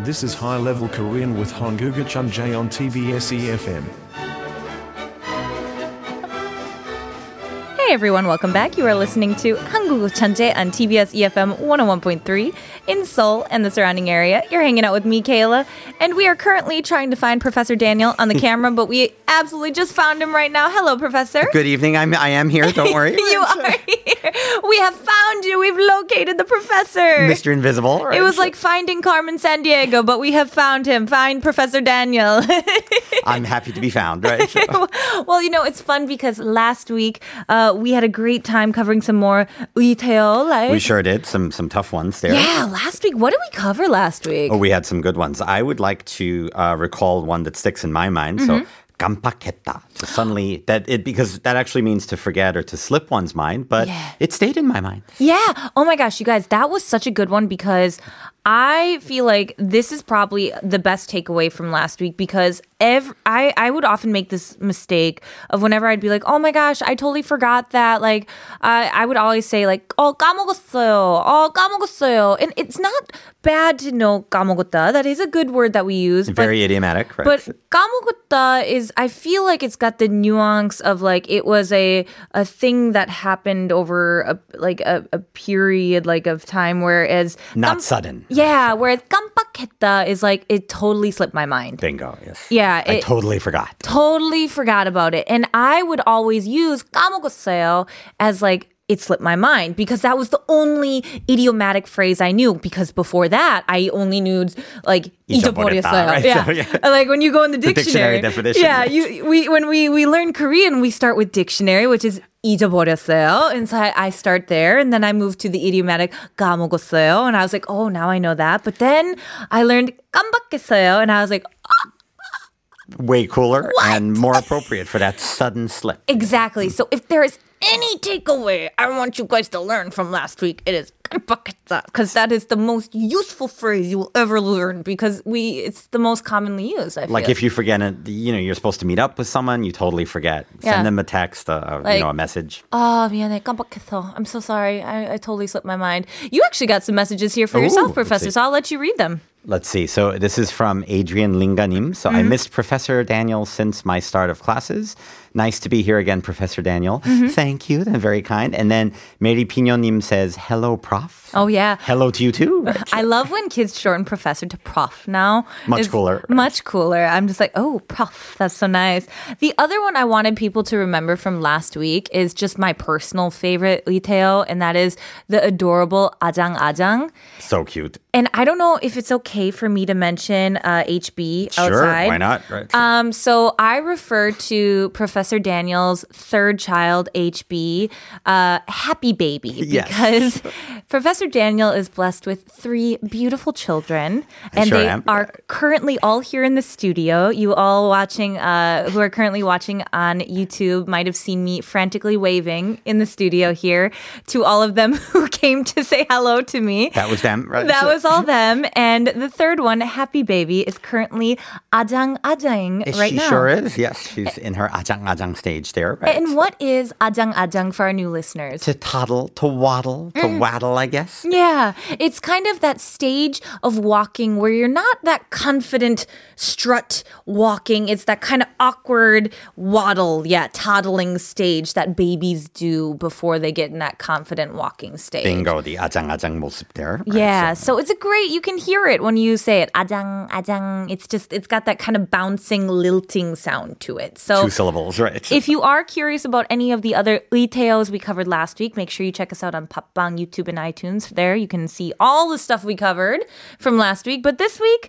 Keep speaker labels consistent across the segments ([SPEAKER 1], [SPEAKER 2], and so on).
[SPEAKER 1] This is High Level Korean with Honguga Chunjae on TVSE FM.
[SPEAKER 2] Hey everyone, welcome back. You are listening to Hangugo Chanje on TBS EFM 101.3 in Seoul and the surrounding area. You're hanging out with me, Kayla, and we are currently trying to find Professor Daniel on the camera, but we absolutely just found him right now. Hello, Professor.
[SPEAKER 3] Good evening. I'm I am here. Don't worry,
[SPEAKER 2] You are here. We have found you. We've located the professor.
[SPEAKER 3] Mr. Invisible.
[SPEAKER 2] It was like finding Carmen San Diego, but we have found him. Find Professor Daniel.
[SPEAKER 3] I'm happy to be found. Right. So-
[SPEAKER 2] well, you know, it's fun because last week uh, we had a great time covering some more Uiteo. Like,
[SPEAKER 3] we sure did some some tough ones there.
[SPEAKER 2] yeah, last week. What did we cover last week?
[SPEAKER 3] Oh, we had some good ones. I would like to uh, recall one that sticks in my mind. So.
[SPEAKER 2] Mm-hmm.
[SPEAKER 3] 깜빡했다. To suddenly that it because that actually means to forget or to slip one's mind, but
[SPEAKER 2] Yeah.
[SPEAKER 3] it stayed in my mind.
[SPEAKER 2] Yeah. Oh my gosh, you guys, that was such a good one because I feel like this is probably the best takeaway from last week because ev- I, I would often make this mistake of whenever I'd be like, oh my gosh, I totally forgot that. Like, I I would always say like, oh, 까먹었어요. Oh, 까먹었어요. And it's not bad to know 까먹었다. That is a good word that we use. but-
[SPEAKER 3] Very idiomatic, right?
[SPEAKER 2] but kamugutta is, I feel like it's got the nuance of like it was a a thing that happened over a like a, a period like of time, whereas
[SPEAKER 3] Not
[SPEAKER 2] kam-
[SPEAKER 3] sudden.
[SPEAKER 2] Yeah, whereas 깜빡했다 is like it totally slipped my mind.
[SPEAKER 3] Bingo. Yes.
[SPEAKER 2] Yeah,
[SPEAKER 3] I
[SPEAKER 2] it-
[SPEAKER 3] totally forgot.
[SPEAKER 2] Totally forgot about it, and I would always use 까먹었어요 as like. It slipped my mind because that was the only idiomatic phrase I knew. Because before that, I only knew like
[SPEAKER 3] 잊어버렸다,
[SPEAKER 2] 잊어버렸어요.
[SPEAKER 3] right?
[SPEAKER 2] Yeah.
[SPEAKER 3] So, yeah.
[SPEAKER 2] Uh, like when you go in the dictionary,
[SPEAKER 3] dictionary definition,
[SPEAKER 2] Yeah,
[SPEAKER 3] right.
[SPEAKER 2] you we when we we learn Korean, we start with dictionary, which is 잊어버렸어요. And so I, I start there, and then I move to the idiomatic 까먹었어요, and I was like, oh, now I know that. But then I learned 깜빡했어요, and I was like,
[SPEAKER 3] Way cooler and more appropriate for that sudden slip.
[SPEAKER 2] exactly. So if there is any takeaway I want you guys to learn from last week, it is 깜빡했다, because that is the most useful phrase you will ever learn because we it's the most commonly used. I feel.
[SPEAKER 3] Like if you forget it, you know, you're supposed to meet up with someone, you totally forget.
[SPEAKER 2] Yeah.
[SPEAKER 3] Send them a text, uh,
[SPEAKER 2] Like-
[SPEAKER 3] you know, a message.
[SPEAKER 2] Oh, 미안해. 깜빡했어. I'm so sorry. I, I totally slipped my mind. You actually got some messages here for yourself,
[SPEAKER 3] Ooh,
[SPEAKER 2] Professor,
[SPEAKER 3] let's see.
[SPEAKER 2] so I'll let you read them.
[SPEAKER 3] Let's see. So this is from Adrian Linganim. So
[SPEAKER 2] Mm-hmm.
[SPEAKER 3] I missed Professor Daniel since my start of classes. Nice to be here again, Professor Daniel.
[SPEAKER 2] Mm-hmm.
[SPEAKER 3] Thank you. They're very kind. And then Mary Pinonim says, hello, prof.
[SPEAKER 2] Oh, yeah.
[SPEAKER 3] Hello to you too. Right.
[SPEAKER 2] I love when kids shorten professor to prof now.
[SPEAKER 3] Much
[SPEAKER 2] It's
[SPEAKER 3] cooler, right?
[SPEAKER 2] Much cooler. I'm just like, oh, prof. That's so nice. The other one I wanted people to remember from last week is just my personal favorite Liteo, and that is the adorable Ajang Ajang.
[SPEAKER 3] so cute.
[SPEAKER 2] And I don't know if it's okay for me to mention uh, HB outside.
[SPEAKER 3] Sure. Why not? Right.
[SPEAKER 2] Um, so I refer to Professor Daniel's third child, HB, uh, Happy Baby,
[SPEAKER 3] Yes.
[SPEAKER 2] because Professor Daniel is blessed with three beautiful children, and
[SPEAKER 3] sure
[SPEAKER 2] they
[SPEAKER 3] am.
[SPEAKER 2] are currently all here in the studio. You all watching, uh, who are currently watching on YouTube, might have seen me frantically waving in the studio here to all of them who came to say hello to me.
[SPEAKER 3] that was them. Right.
[SPEAKER 2] That
[SPEAKER 3] So-
[SPEAKER 2] was all them. And the third one, Happy Baby, is currently ajang ajang right
[SPEAKER 3] she
[SPEAKER 2] now. Eh.
[SPEAKER 3] sure is. Yes, she's in her ajang ajang stage there. Right?
[SPEAKER 2] And what is ajang ajang for our new listeners?
[SPEAKER 3] to toddle, to waddle, to
[SPEAKER 2] Mm.
[SPEAKER 3] waddle, I guess.
[SPEAKER 2] Yeah, it's kind of that stage of walking where you're not that confident strut walking. It's that kind of awkward waddle, yeah, toddling stage that babies do before they get in that confident walking stage.
[SPEAKER 3] Bingo, the ajang ajang 모습 there. right?
[SPEAKER 2] Yeah,
[SPEAKER 3] So-
[SPEAKER 2] so it's a great. You can hear it when you say it. Ajang, ajang. It's just it's got that kind of bouncing, lilting sound to it. So
[SPEAKER 3] Two syllables, right? So-
[SPEAKER 2] if you are curious about any of the other Iteos we covered last week, make sure you check us out on Papbang, YouTube, and iTunes. There you can see all the stuff we covered from last week. But this week,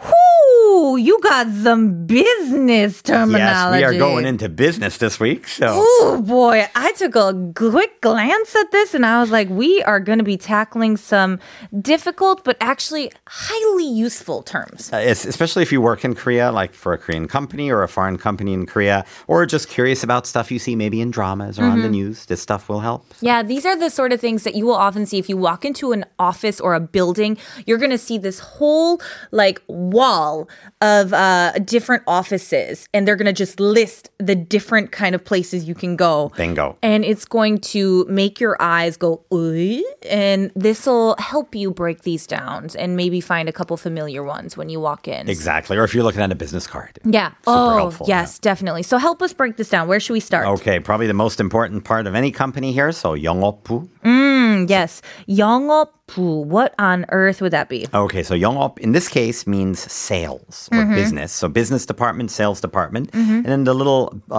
[SPEAKER 2] whoo, you got some business
[SPEAKER 3] yes,
[SPEAKER 2] terminology.
[SPEAKER 3] we are going into business this week. So
[SPEAKER 2] Oh boy, I took a quick glance at this and I was like, we are going to be tackling some difficult but actually highly useful terms.
[SPEAKER 3] Uh, es- especially if you work in Korea, like for a Korean company or a foreign company in Korea, or just curious about stuff you see maybe in dramas or on the
[SPEAKER 2] Mm-hmm.
[SPEAKER 3] news, this stuff will help.
[SPEAKER 2] Yeah, these are the sort of things that you will often see if you walk into an office or a building. You're going to see this whole like wall of uh, different offices, and they're gonna just list the different kind of places you can go.
[SPEAKER 3] Bingo.
[SPEAKER 2] And it's going to make your eyes go, "Ui," and this will help you break these down and maybe find a couple familiar ones when you walk in.
[SPEAKER 3] Exactly. Or if you're looking at a business card.
[SPEAKER 2] Yeah.
[SPEAKER 3] Super
[SPEAKER 2] oh,
[SPEAKER 3] helpful, Oh.
[SPEAKER 2] yes, definitely. So help us break this down. Where should we start?
[SPEAKER 3] Okay, probably the most important part of any company here. So 영업부.
[SPEAKER 2] Yes. 영업부. What on earth would that be?
[SPEAKER 3] Okay, so 영업 in this case means sales
[SPEAKER 2] Mm-hmm.
[SPEAKER 3] or business. So business department, sales department, and then the little uh,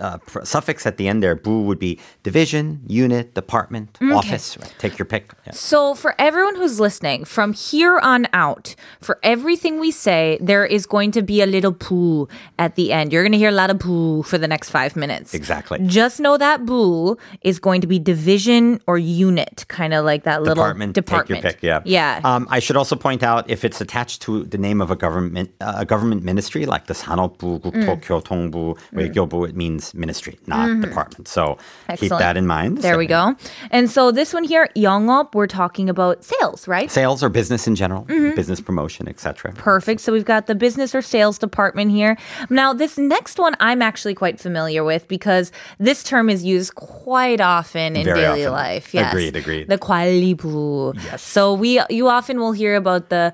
[SPEAKER 3] uh, pr- suffix at the end there, bu would be division, unit, department,
[SPEAKER 2] Mm,
[SPEAKER 3] office. Right? Take your pick. Yeah.
[SPEAKER 2] So, for everyone who's listening, from here on out, for everything we say, there is going to be a little poo at the end. You're going to hear a lot of poo for the next five minutes.
[SPEAKER 3] Exactly.
[SPEAKER 2] Just know that boo is going to be division or unit, kind of like that little
[SPEAKER 3] department,
[SPEAKER 2] department.
[SPEAKER 3] Take your pick. Yeah.
[SPEAKER 2] Yeah.
[SPEAKER 3] Um, I should also point out if it's attached to the name of a government uh, a government ministry like the 산업부,
[SPEAKER 2] Mm.
[SPEAKER 3] 국토교통부, 외교부, it means ministry, not department. So keep
[SPEAKER 2] Mm-hmm. Excellent.
[SPEAKER 3] that in mind.
[SPEAKER 2] there we
[SPEAKER 3] So,
[SPEAKER 2] go. And so, this one here, 영업, we're talking about sales, right?
[SPEAKER 3] Sales or business in general,
[SPEAKER 2] Mm-hmm.
[SPEAKER 3] business promotion, etc.
[SPEAKER 2] Perfect. So we've got the business or sales department here. Now, this next one I'm actually quite familiar with because this term is used quite often in
[SPEAKER 3] Very
[SPEAKER 2] daily
[SPEAKER 3] often.
[SPEAKER 2] life. Yes.
[SPEAKER 3] Agreed, agreed.
[SPEAKER 2] The 관리부. Yes. So we you often will hear about the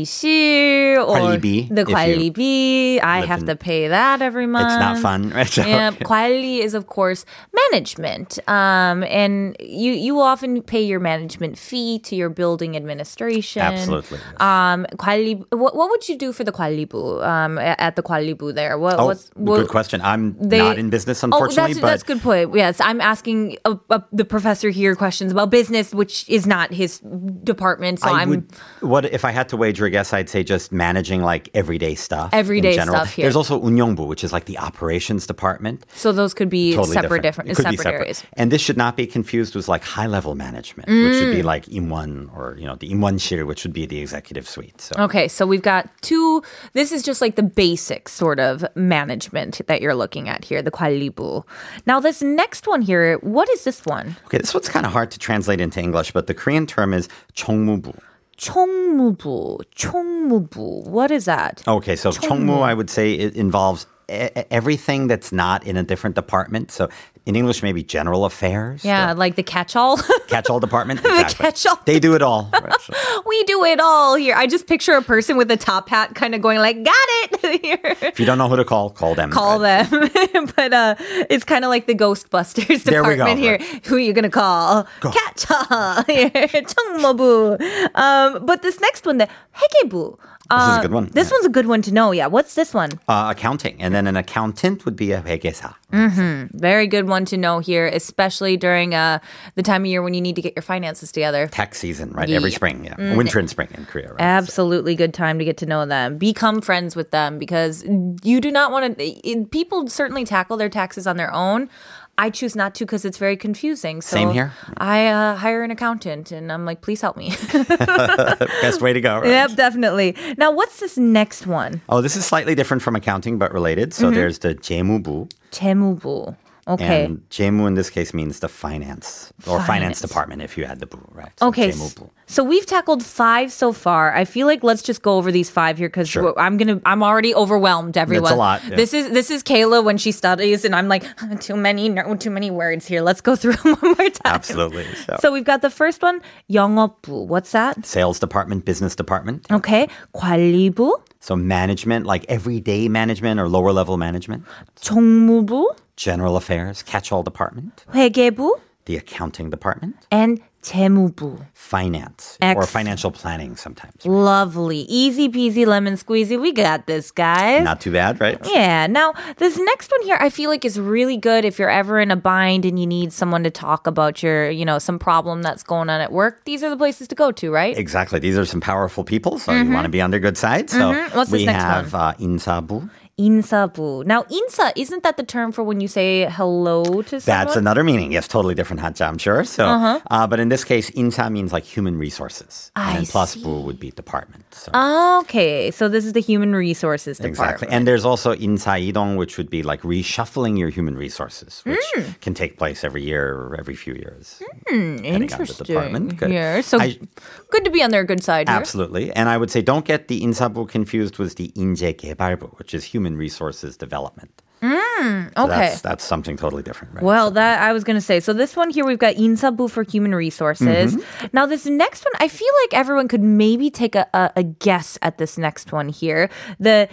[SPEAKER 2] 관리실 or
[SPEAKER 3] 관리비,
[SPEAKER 2] the
[SPEAKER 3] if you
[SPEAKER 2] 관리비. I
[SPEAKER 3] live
[SPEAKER 2] have
[SPEAKER 3] in-
[SPEAKER 2] to pay that every month.
[SPEAKER 3] It's not fun, right? So-
[SPEAKER 2] Um, Yeah, 관리 is of course management, um, and you you often pay your management fee to your building administration.
[SPEAKER 3] Absolutely, yes.
[SPEAKER 2] Um, 관리. What, what would you do for the 관리부? Um, a- at the 관리부 there. What,
[SPEAKER 3] Oh,
[SPEAKER 2] what's what,
[SPEAKER 3] good question. I'm
[SPEAKER 2] they-
[SPEAKER 3] not in business,
[SPEAKER 2] Oh, that's,
[SPEAKER 3] unfortunately,
[SPEAKER 2] that's
[SPEAKER 3] but
[SPEAKER 2] good point. Yes, I'm asking uh, uh, the professor here questions about business, which is not his department. So
[SPEAKER 3] I
[SPEAKER 2] am
[SPEAKER 3] would. What if I had to wager a guess? I'd say just managing like everyday stuff. in
[SPEAKER 2] Everyday
[SPEAKER 3] general.
[SPEAKER 2] stuff here.
[SPEAKER 3] There's also Unyongbu, which is like the operations department.
[SPEAKER 2] so those could be
[SPEAKER 3] totally
[SPEAKER 2] separate,
[SPEAKER 3] different.
[SPEAKER 2] different,
[SPEAKER 3] It could
[SPEAKER 2] separate,
[SPEAKER 3] be separate.
[SPEAKER 2] areas.
[SPEAKER 3] And this should not be confused with like high level management, which would
[SPEAKER 2] Mm.
[SPEAKER 3] be like Imwan or you know the Imwanshir, which would be the executive suite. So
[SPEAKER 2] Okay, so we've got two. This is just like the basic sort of management that you're looking at here, the kwalibu. Now, this next one here, what is this one?
[SPEAKER 3] okay, this one's kind of hard to translate into English, but the Korean term is chongmubu.
[SPEAKER 2] 총무부, 총무부. What is that?
[SPEAKER 3] Okay, so chongmu, I would say it involves e- e- everything that's not in a different department. So in English, maybe general affairs.
[SPEAKER 2] Yeah, like the catch-all.
[SPEAKER 3] Catch-all department. Exactly.
[SPEAKER 2] catch-all
[SPEAKER 3] They do it all. Right, so-
[SPEAKER 2] we do it all here. I just picture a person with a top hat, kind of going like, "Got it." here.
[SPEAKER 3] if you don't know who to call, call them.
[SPEAKER 2] Call
[SPEAKER 3] right?
[SPEAKER 2] them, but uh, it's kind of like the Ghostbusters
[SPEAKER 3] There we
[SPEAKER 2] department
[SPEAKER 3] go,
[SPEAKER 2] here. Who are you gonna call? Catch-all. 총무부. um, but this next one, the 회계부.
[SPEAKER 3] This is a good one.
[SPEAKER 2] This one's a good one to know. Yeah. What's this one?
[SPEAKER 3] Uh, accounting. And then an accountant would be a 회계사.
[SPEAKER 2] Mm. Very good one to know here, especially during uh, the time of year when you need to get your finances together.
[SPEAKER 3] tax season, right? Every
[SPEAKER 2] Yeah.
[SPEAKER 3] spring, yeah. Winter and spring in Korea, right?
[SPEAKER 2] Absolutely good time to get to know them. Become friends with them because you do not want to. People certainly tackle their taxes on their own. I choose not to because it's very confusing. So
[SPEAKER 3] Same here.
[SPEAKER 2] I uh, hire an accountant and I'm like, please help me.
[SPEAKER 3] Best way to go, right?
[SPEAKER 2] yep, definitely. Now, what's this next one?
[SPEAKER 3] Oh, this is slightly different from accounting, but related. So there's the 재무부,
[SPEAKER 2] 재무부. Mm-hmm. Okay.
[SPEAKER 3] and 재무 in this case means the finance or finance, department if you add the bu, right? So
[SPEAKER 2] Okay. s-
[SPEAKER 3] 재무부.
[SPEAKER 2] So we've tackled five so far. I feel like let's just go over these five here because
[SPEAKER 3] Sure.
[SPEAKER 2] I'm gonna. I'm already overwhelmed. Everyone.
[SPEAKER 3] lot, yeah.
[SPEAKER 2] This is this is Kayla when she studies, and I'm like too many no, too many words here. Let's go through them one more time.
[SPEAKER 3] Absolutely. So,
[SPEAKER 2] So we've got the first one, 영업부. What's that?
[SPEAKER 3] sales department, business department.
[SPEAKER 2] Okay, 관리부,
[SPEAKER 3] So management, like everyday management or lower level management,
[SPEAKER 2] 총무부,
[SPEAKER 3] general affairs, catch-all department,
[SPEAKER 2] 회계부,
[SPEAKER 3] the accounting department,
[SPEAKER 2] and 재무부.
[SPEAKER 3] finance or
[SPEAKER 2] Ex-
[SPEAKER 3] financial planning sometimes.
[SPEAKER 2] Lovely, easy peasy lemon squeezy. We got this, guys.
[SPEAKER 3] Not too bad, right?
[SPEAKER 2] Yeah. Now, this next one here, I feel like is really good if you're ever in a bind and you need someone to talk about your, you know, some problem that's going on at work. These are the places to go to, right?
[SPEAKER 3] Exactly. These are some powerful people, so you want to be on their good side. So
[SPEAKER 2] Mm-hmm. What's this
[SPEAKER 3] we
[SPEAKER 2] next
[SPEAKER 3] have uh, Insabu,
[SPEAKER 2] 인사부. Now, insa, isn't that the term for when you say hello to someone?
[SPEAKER 3] That's another meaning. Yes, totally different hanja, I'm sure. So, uh but in this case, insa means like human resources,
[SPEAKER 2] Uh-huh. I Uh,
[SPEAKER 3] and then plus bu would be department. So.
[SPEAKER 2] Okay, so this is the human resources department.
[SPEAKER 3] Exactly. And there's also insaidong, which would be like reshuffling your human resources, which
[SPEAKER 2] Hmm.
[SPEAKER 3] can take place every year or every few years. depending on the
[SPEAKER 2] Interesting.
[SPEAKER 3] department. Good.
[SPEAKER 2] Here. So
[SPEAKER 3] I-
[SPEAKER 2] good to be on their good side here.
[SPEAKER 3] Absolutely. And I would say don't get the insabu confused with the inje gebarbu, which is human resources development. So
[SPEAKER 2] Okay.
[SPEAKER 3] That's, that's something totally different, right?
[SPEAKER 2] Well, that I was going to say. So this one here, we've got Insabu for human resources. Now this next one, I feel like everyone could maybe take a, a, a guess at this next one here, the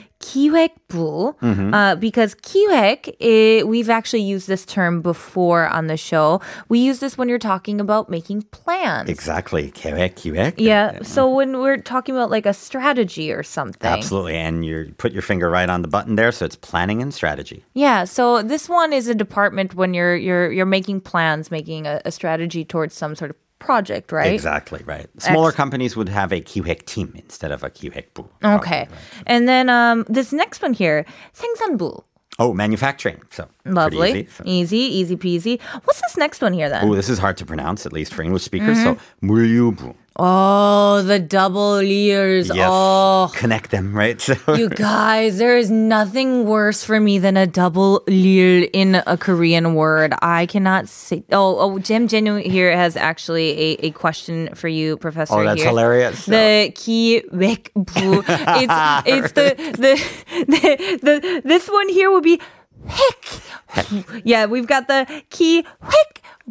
[SPEAKER 2] 기획부, uh, because 기획, i- we've actually used this term before on the show. We use this when you're talking about making plans.
[SPEAKER 3] exactly. Quebec, Quebec.
[SPEAKER 2] Yeah. So when we're talking about like a strategy or something.
[SPEAKER 3] Absolutely. And you put your finger right on the button there. So it's planning and strategy.
[SPEAKER 2] Yeah, so this one is a department when you're you're you're making plans, making a, a strategy towards some sort of project, right?
[SPEAKER 3] Exactly, right. Smaller companies would have a QHEC team instead of a QHEC bu.
[SPEAKER 2] Okay. And then um, this next one here, 생산부.
[SPEAKER 3] Oh, manufacturing. So pretty
[SPEAKER 2] Lovely.
[SPEAKER 3] easy. So-
[SPEAKER 2] Easy, easy peasy. What's this next one here then?
[SPEAKER 3] Oh, this is hard to pronounce, at least for English speakers.
[SPEAKER 2] Mm-hmm.
[SPEAKER 3] So, 물류부.
[SPEAKER 2] Oh, the double ears.
[SPEAKER 3] Yes.
[SPEAKER 2] Oh.
[SPEAKER 3] Connect them, right? So,
[SPEAKER 2] You guys, there is nothing worse for me than a double leer in a Korean word. I cannot say. Oh, oh, Jim Jenu here has actually a, a question for you, Professor.
[SPEAKER 3] Oh, that's
[SPEAKER 2] here.
[SPEAKER 3] hilarious.
[SPEAKER 2] The 기획부. It's it's the, the the the this one here will be 획. Yeah, we've got the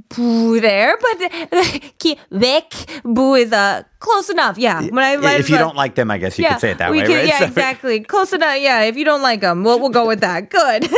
[SPEAKER 2] 기획부 there, but the 기획부 is uh, close enough. Yeah, when I- might
[SPEAKER 3] if
[SPEAKER 2] as
[SPEAKER 3] you
[SPEAKER 2] well-
[SPEAKER 3] don't like them, I guess you could say it that
[SPEAKER 2] we
[SPEAKER 3] way,
[SPEAKER 2] could-
[SPEAKER 3] right?
[SPEAKER 2] Yeah,
[SPEAKER 3] So-
[SPEAKER 2] exactly. Close enough. Yeah, if you don't like them, we'll, we'll go with that. Good.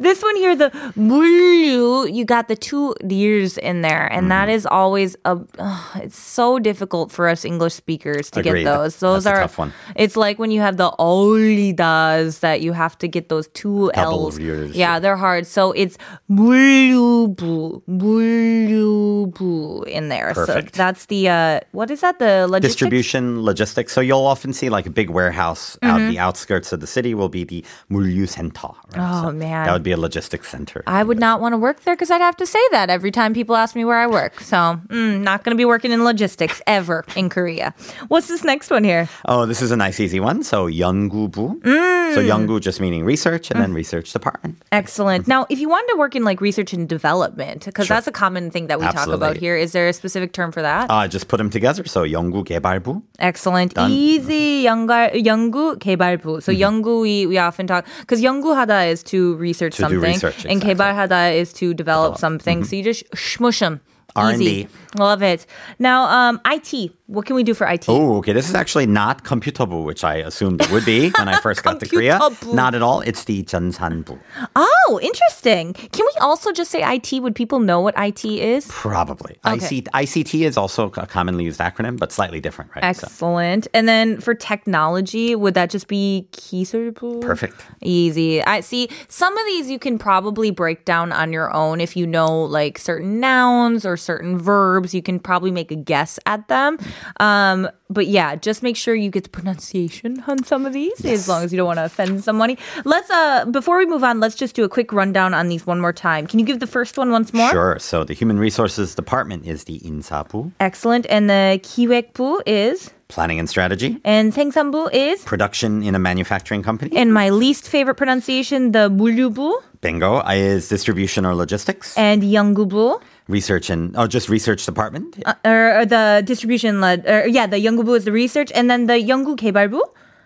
[SPEAKER 2] this one here, the 물류, you got the two ears in there, and that
[SPEAKER 3] Mm-hmm.
[SPEAKER 2] is always a. ugh, it's so difficult for us English speakers to
[SPEAKER 3] Agreed.
[SPEAKER 2] get those. Those
[SPEAKER 3] That's a
[SPEAKER 2] are
[SPEAKER 3] tough one.
[SPEAKER 2] It's like when you have the olidas that you have to get those two
[SPEAKER 3] Double
[SPEAKER 2] L's.
[SPEAKER 3] ears.
[SPEAKER 2] Yeah, they're hard. So it's 물류부, 물류부 in there.
[SPEAKER 3] Perfect.
[SPEAKER 2] So that's the uh, what is that? The logistics
[SPEAKER 3] Distribution, logistics. So you'll often see like a big warehouse out
[SPEAKER 2] Mm-hmm.
[SPEAKER 3] the outskirts of the city will be the 물류 center. Right?
[SPEAKER 2] Oh, man.
[SPEAKER 3] That would be a logistics center.
[SPEAKER 2] I would not want to work there because I'd have to say that every time people ask me where I work. So, mm, not going to be working in logistics ever in Korea. What's this next one here?
[SPEAKER 3] Oh, this is a nice easy one. So 연구부.
[SPEAKER 2] Mm.
[SPEAKER 3] So 연구 just meaning research and then research department.
[SPEAKER 2] Excellent. Now, if you wanted to work in like research and development, because that's a common thing that we talk about
[SPEAKER 3] Absolutely.
[SPEAKER 2] here, is there a specific term for that?
[SPEAKER 3] Uh, just put them together. So 연구 개발부.
[SPEAKER 2] Excellent. Easy 연구, 연구 개발부.
[SPEAKER 3] Mm-hmm.
[SPEAKER 2] So 연구 we, we often talk because 연구하다 is to research
[SPEAKER 3] To do
[SPEAKER 2] something,
[SPEAKER 3] research,
[SPEAKER 2] and
[SPEAKER 3] exactly. Mm-hmm.
[SPEAKER 2] 개발하다 is to develop, something. So you just shmush 'em. Easy.
[SPEAKER 3] R&D.
[SPEAKER 2] Love it. Now, um, IT. What can we do for IT?
[SPEAKER 3] Oh, okay. This is actually not computable, which I assumed it would be when I first got to Korea.
[SPEAKER 2] Computable.
[SPEAKER 3] Not at all. It's the 전산부.
[SPEAKER 2] Oh, interesting. Can we also just say IT? Would people know what IT is?
[SPEAKER 3] Probably.
[SPEAKER 2] Okay.
[SPEAKER 3] IC- ICT is also a commonly used acronym, but slightly different, right? So,
[SPEAKER 2] Excellent. And then for technology, would that just be 기술부?
[SPEAKER 3] perfect.
[SPEAKER 2] Easy. I see. Some of these you can probably break down on your own if you know like certain nouns or certain verbs. You can probably make a guess at them. Um, but yeah, just make sure you get the pronunciation on some of these as long as you don't want to offend somebody. Let's uh before we move on, let's just do a quick rundown on these one more time. Can you give the first one once more?
[SPEAKER 3] Sure. So the Human Resources Department is the Insapu,
[SPEAKER 2] Excellent. And the 기획부 is,
[SPEAKER 3] Planning and Strategy,
[SPEAKER 2] and 생산부 is,
[SPEAKER 3] Production in a Manufacturing Company.
[SPEAKER 2] and my least favorite pronunciation, the 물류부
[SPEAKER 3] Bingo is Distribution or Logistics,
[SPEAKER 2] and 연구부,
[SPEAKER 3] Research and, oh, just Research Department.
[SPEAKER 2] Uh, or, or the distribution led, or yeah, the 연구부 is the research, and then the 연구 개발부.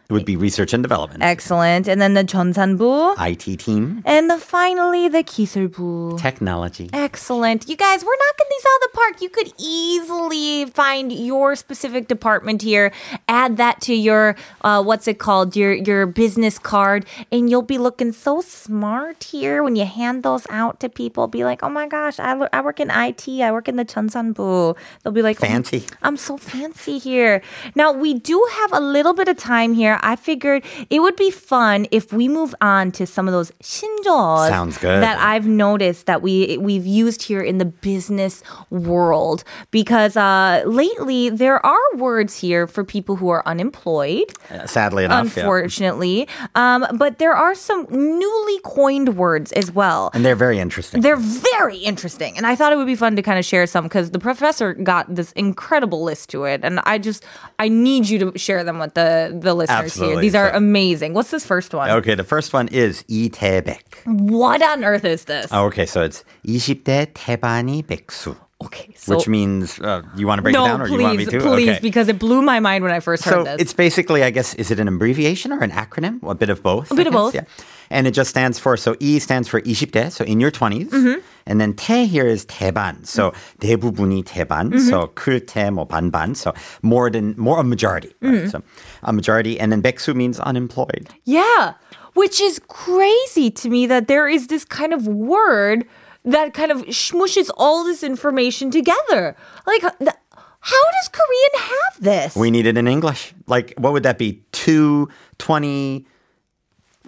[SPEAKER 3] it would be Research and Development.
[SPEAKER 2] Eh. Excellent. And then the 전산부,
[SPEAKER 3] IT Team,
[SPEAKER 2] and the, finally the 기술부.
[SPEAKER 3] Technology.
[SPEAKER 2] Excellent. You guys, we're knocking these out of the park. You could easily find your specific department here, add that to your uh, what's it called? Your your business card, and you'll be looking so smart here when you hand those out to people. Be like, oh my gosh, I, lo- I work in IT, I work in the Chunsanbu. They'll be like, "Oh,
[SPEAKER 3] Fancy.
[SPEAKER 2] I'm so fancy here. Now, we do have a little bit of time here. I figured it would be fun if we move on to some of those 신조어s
[SPEAKER 3] Sounds good.
[SPEAKER 2] that I've noticed that we we've used here in the business world because uh, lately there are words here for people who are unemployed
[SPEAKER 3] Uh, Sadly enough. yeah.
[SPEAKER 2] unfortunately. Um, but there are some newly coined words as well.
[SPEAKER 3] And they're very interesting.
[SPEAKER 2] They're very interesting. And I thought it would be fun to kind of share some because the professor got this incredible list to it. And I just, I need you to share them with the, the listeners here.
[SPEAKER 3] Absolutely.
[SPEAKER 2] These are
[SPEAKER 3] So-
[SPEAKER 2] amazing. What's this first one?
[SPEAKER 3] okay, the first one is E 이태백.
[SPEAKER 2] What on earth is this?
[SPEAKER 3] Oh, Okay, so it's 20대 태반이 백수.
[SPEAKER 2] Okay. So,
[SPEAKER 3] Which means, uh, you want to break it
[SPEAKER 2] no,
[SPEAKER 3] down or you want me
[SPEAKER 2] please,
[SPEAKER 3] to?
[SPEAKER 2] please,
[SPEAKER 3] Okay.
[SPEAKER 2] because it blew my mind when I first
[SPEAKER 3] So
[SPEAKER 2] heard this.
[SPEAKER 3] it's basically, I guess, is it an abbreviation or an acronym? A bit of both. A
[SPEAKER 2] bit of both.
[SPEAKER 3] Yeah. And it just stands for, so E stands for 20대, so in your 20s.
[SPEAKER 2] Mm-hmm.
[SPEAKER 3] And then 태 here is 대반. So 대부분이 대반.
[SPEAKER 2] Mm-hmm.
[SPEAKER 3] So 클태 뭐 반반. So more than, more a majority.
[SPEAKER 2] Mm-hmm.
[SPEAKER 3] Right? So a majority. And then 백수 means unemployed.
[SPEAKER 2] Yeah, which is crazy to me that there is this kind of word that kind of smushes all this information together. Like, th- how does Korean have this?
[SPEAKER 3] We need it in English. Like, what would that be? Two, 20,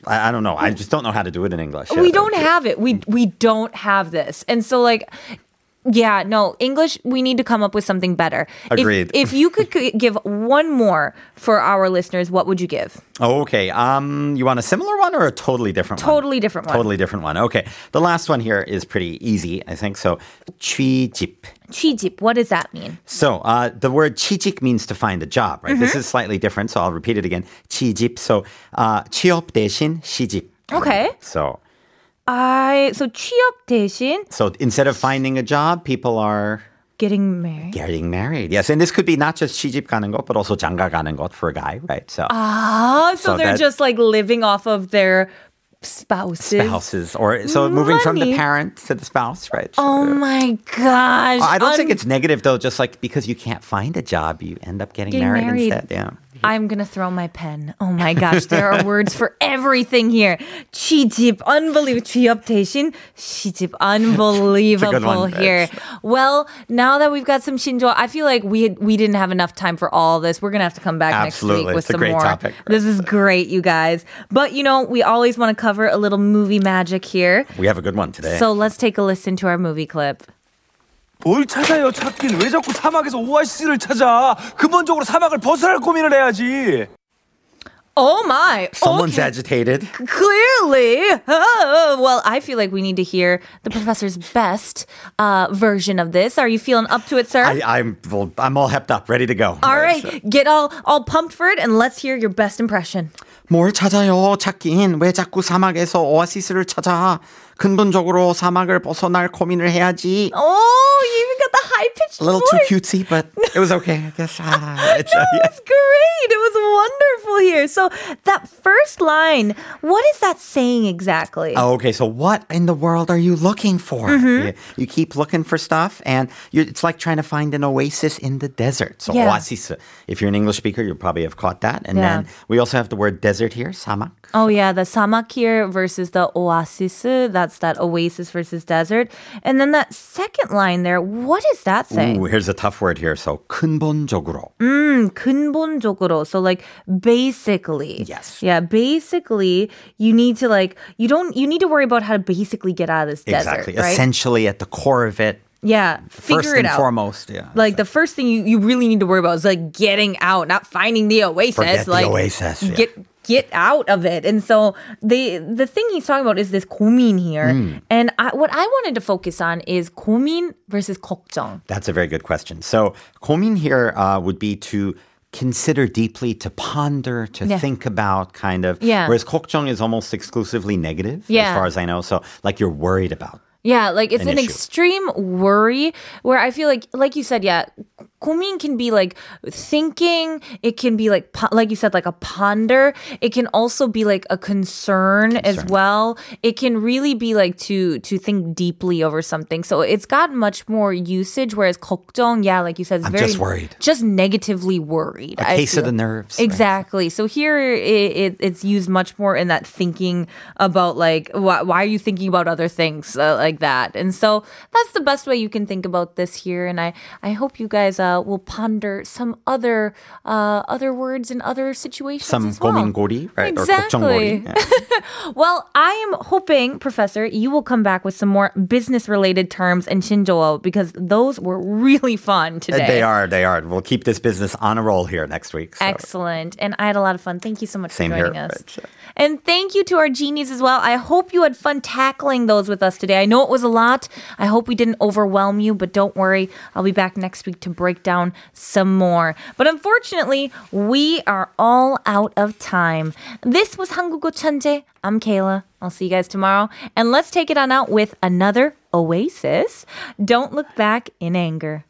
[SPEAKER 3] I, I don't know. I just don't know how to do it in English. Yeah,
[SPEAKER 2] we
[SPEAKER 3] so-
[SPEAKER 2] don't have it. We we don't have this. And so like yeah, no, English we need to come up with something better. If-
[SPEAKER 3] Agreed.
[SPEAKER 2] If, you could c- give one more for our listeners, what would you give?
[SPEAKER 3] Oh, okay. Um, you want a similar one or a totally different one?
[SPEAKER 2] Totally different one.
[SPEAKER 3] Totally different one. Okay. The last one here is pretty easy, I think. So, 취직.
[SPEAKER 2] 취집, what does that mean?
[SPEAKER 3] So, uh, the word 취직 means to find a job, right? This
[SPEAKER 2] Mm-hmm.
[SPEAKER 3] is slightly different, so I'll repeat it again. 취직. So, uh, 취업 대신 시집.
[SPEAKER 2] Okay.
[SPEAKER 3] So,
[SPEAKER 2] I so 취업 대신
[SPEAKER 3] so instead of finding a job, people are
[SPEAKER 2] getting married.
[SPEAKER 3] getting married. Yes, and this could be not just 취직 가는 것, but also 장가 가는 것 for a guy, right? So,
[SPEAKER 2] Oh, so,
[SPEAKER 3] So
[SPEAKER 2] they're
[SPEAKER 3] that-
[SPEAKER 2] just like living off of their spouses.
[SPEAKER 3] spouses or so moving from the
[SPEAKER 2] Money.
[SPEAKER 3] parent to the spouse, right? So-
[SPEAKER 2] Oh my gosh.
[SPEAKER 3] I don't think
[SPEAKER 2] Un-
[SPEAKER 3] it's negative though. Just like because you can't find a job, you end up getting,
[SPEAKER 2] Getting
[SPEAKER 3] married,
[SPEAKER 2] married.
[SPEAKER 3] instead. Yeah.
[SPEAKER 2] I'm going to throw my pen. Oh my gosh, there are words for everything here. 취집, unbelievable. 취업 대신 시집, unbelievable
[SPEAKER 3] one.
[SPEAKER 2] here. Well, now that we've got some shinjo, I feel like we had, we didn't have enough time for all this. We're going to have to come back next
[SPEAKER 3] Absolutely.
[SPEAKER 2] week with
[SPEAKER 3] It's a
[SPEAKER 2] some
[SPEAKER 3] great
[SPEAKER 2] more.
[SPEAKER 3] topic.
[SPEAKER 2] This is great, you guys. But you know, we always want to cover a little movie magic here.
[SPEAKER 3] We have a good one today.
[SPEAKER 2] So let's take a listen to our movie clip.
[SPEAKER 4] 뭘 찾아요 찾긴 왜 자꾸 사막에서 오아시스를 찾아 근본적으로 사막을 벗어날 고민을 해야지
[SPEAKER 2] Oh my.
[SPEAKER 3] Someone's
[SPEAKER 2] okay.
[SPEAKER 3] agitated.
[SPEAKER 2] Clearly. Oh, well, I feel like we need to hear the professor's best uh, version of this. Are you feeling up to it, sir?
[SPEAKER 3] I, I'm well, I'm all hepped up, ready to go.
[SPEAKER 2] all right, get all all pumped for it, and let's hear your best impression.
[SPEAKER 3] 뭘 찾아요? 찾긴 왜 자꾸 사막에서 오아시스를 찾아? 근본적으로 사막을 벗어날 고민을 해야지.
[SPEAKER 2] Oh, you even got the high pitched
[SPEAKER 3] A little too cutesy, but it was okay. I guess. Ah, it's, uh, yeah.
[SPEAKER 2] That's great. It was wonderful here. So that first line, what is that saying exactly?
[SPEAKER 3] Oh, okay, so what in the world are you looking for?
[SPEAKER 2] Mm-hmm.
[SPEAKER 3] You, you keep looking for stuff, and you it's like trying to find an oasis in the desert. So
[SPEAKER 2] Yeah.
[SPEAKER 3] oasis. uh, If you're an English speaker, you probably have caught that. And
[SPEAKER 2] Yeah.
[SPEAKER 3] then we also have the word desert here, samak.
[SPEAKER 2] Oh yeah, the samak here versus the oasis. That's that oasis versus desert. And then that second line there, what is that saying?
[SPEAKER 3] Ooh, here's a tough word here. So 근본적으로.
[SPEAKER 2] Mm. 근본적으로. So like basically.
[SPEAKER 3] Yes.
[SPEAKER 2] Yeah, basically you need to like you don't you need to worry about how to basically get out of this
[SPEAKER 3] exactly.
[SPEAKER 2] desert, right?
[SPEAKER 3] Essentially, at the core of it,
[SPEAKER 2] yeah, figure
[SPEAKER 3] first
[SPEAKER 2] it
[SPEAKER 3] and
[SPEAKER 2] out.
[SPEAKER 3] foremost. Yeah.
[SPEAKER 2] Like the first thing you, you really need to worry about is like getting out, not finding the oasis.
[SPEAKER 3] Forget the
[SPEAKER 2] like
[SPEAKER 3] oasis, yeah.
[SPEAKER 2] get get out of it. And so the the thing he's talking about is this 고민 here.
[SPEAKER 3] Hmm.
[SPEAKER 2] And I, what I wanted to focus on is 고민 versus 걱정.
[SPEAKER 3] That's a very good question. So, komin here uh, would be to consider deeply, to ponder, to
[SPEAKER 2] Yeah.
[SPEAKER 3] think about, kind of.
[SPEAKER 2] Yeah.
[SPEAKER 3] Whereas kokjong is almost exclusively negative,
[SPEAKER 2] Yeah.
[SPEAKER 3] as far as I know. So, like you're worried about.
[SPEAKER 2] Yeah, like it's an,
[SPEAKER 3] an issue.
[SPEAKER 2] extreme worry where I feel like, like you said, yeah, 고민 can be like thinking. It can be like, po- like you said, like a ponder. It can also be like a concern, as well. It can really be like to to think deeply over something. So it's got much more usage. Whereas 걱정, yeah, like you said, it's
[SPEAKER 3] I'm
[SPEAKER 2] very
[SPEAKER 3] just worried.
[SPEAKER 2] just negatively worried.
[SPEAKER 3] A
[SPEAKER 2] I
[SPEAKER 3] case of
[SPEAKER 2] feel.
[SPEAKER 3] the nerves. right?
[SPEAKER 2] Exactly. So here it, it, it's used much more in that thinking about like why, why are you thinking about other things uh, like that. And so that's the best way you can think about this here and I I hope you guys uh, uh, will ponder some other uh, other words in other situations.
[SPEAKER 3] Some
[SPEAKER 2] as well.
[SPEAKER 3] 고민고리, right? Or
[SPEAKER 2] Exactly.
[SPEAKER 3] 걱정고리. Yeah.
[SPEAKER 2] Well, I am hoping, Professor, you will come back with some more business related terms and Shinjoa because those were really fun today.
[SPEAKER 3] They are, they are. We'll keep this business on a roll here next week. so.
[SPEAKER 2] Excellent. And I had a lot of fun. Thank you so much
[SPEAKER 3] Same
[SPEAKER 2] for
[SPEAKER 3] here,
[SPEAKER 2] joining us.
[SPEAKER 3] Rich.
[SPEAKER 2] And thank you to our genies as well. I hope you had fun tackling those with us today. I know it was a lot. I hope we didn't overwhelm you, but don't worry. I'll be back next week to break down some more. But unfortunately, we are all out of time. This was 한국어 천재. I'm Kayla. I'll see you guys tomorrow. And let's take it on out with another Oasis. Don't look back in anger.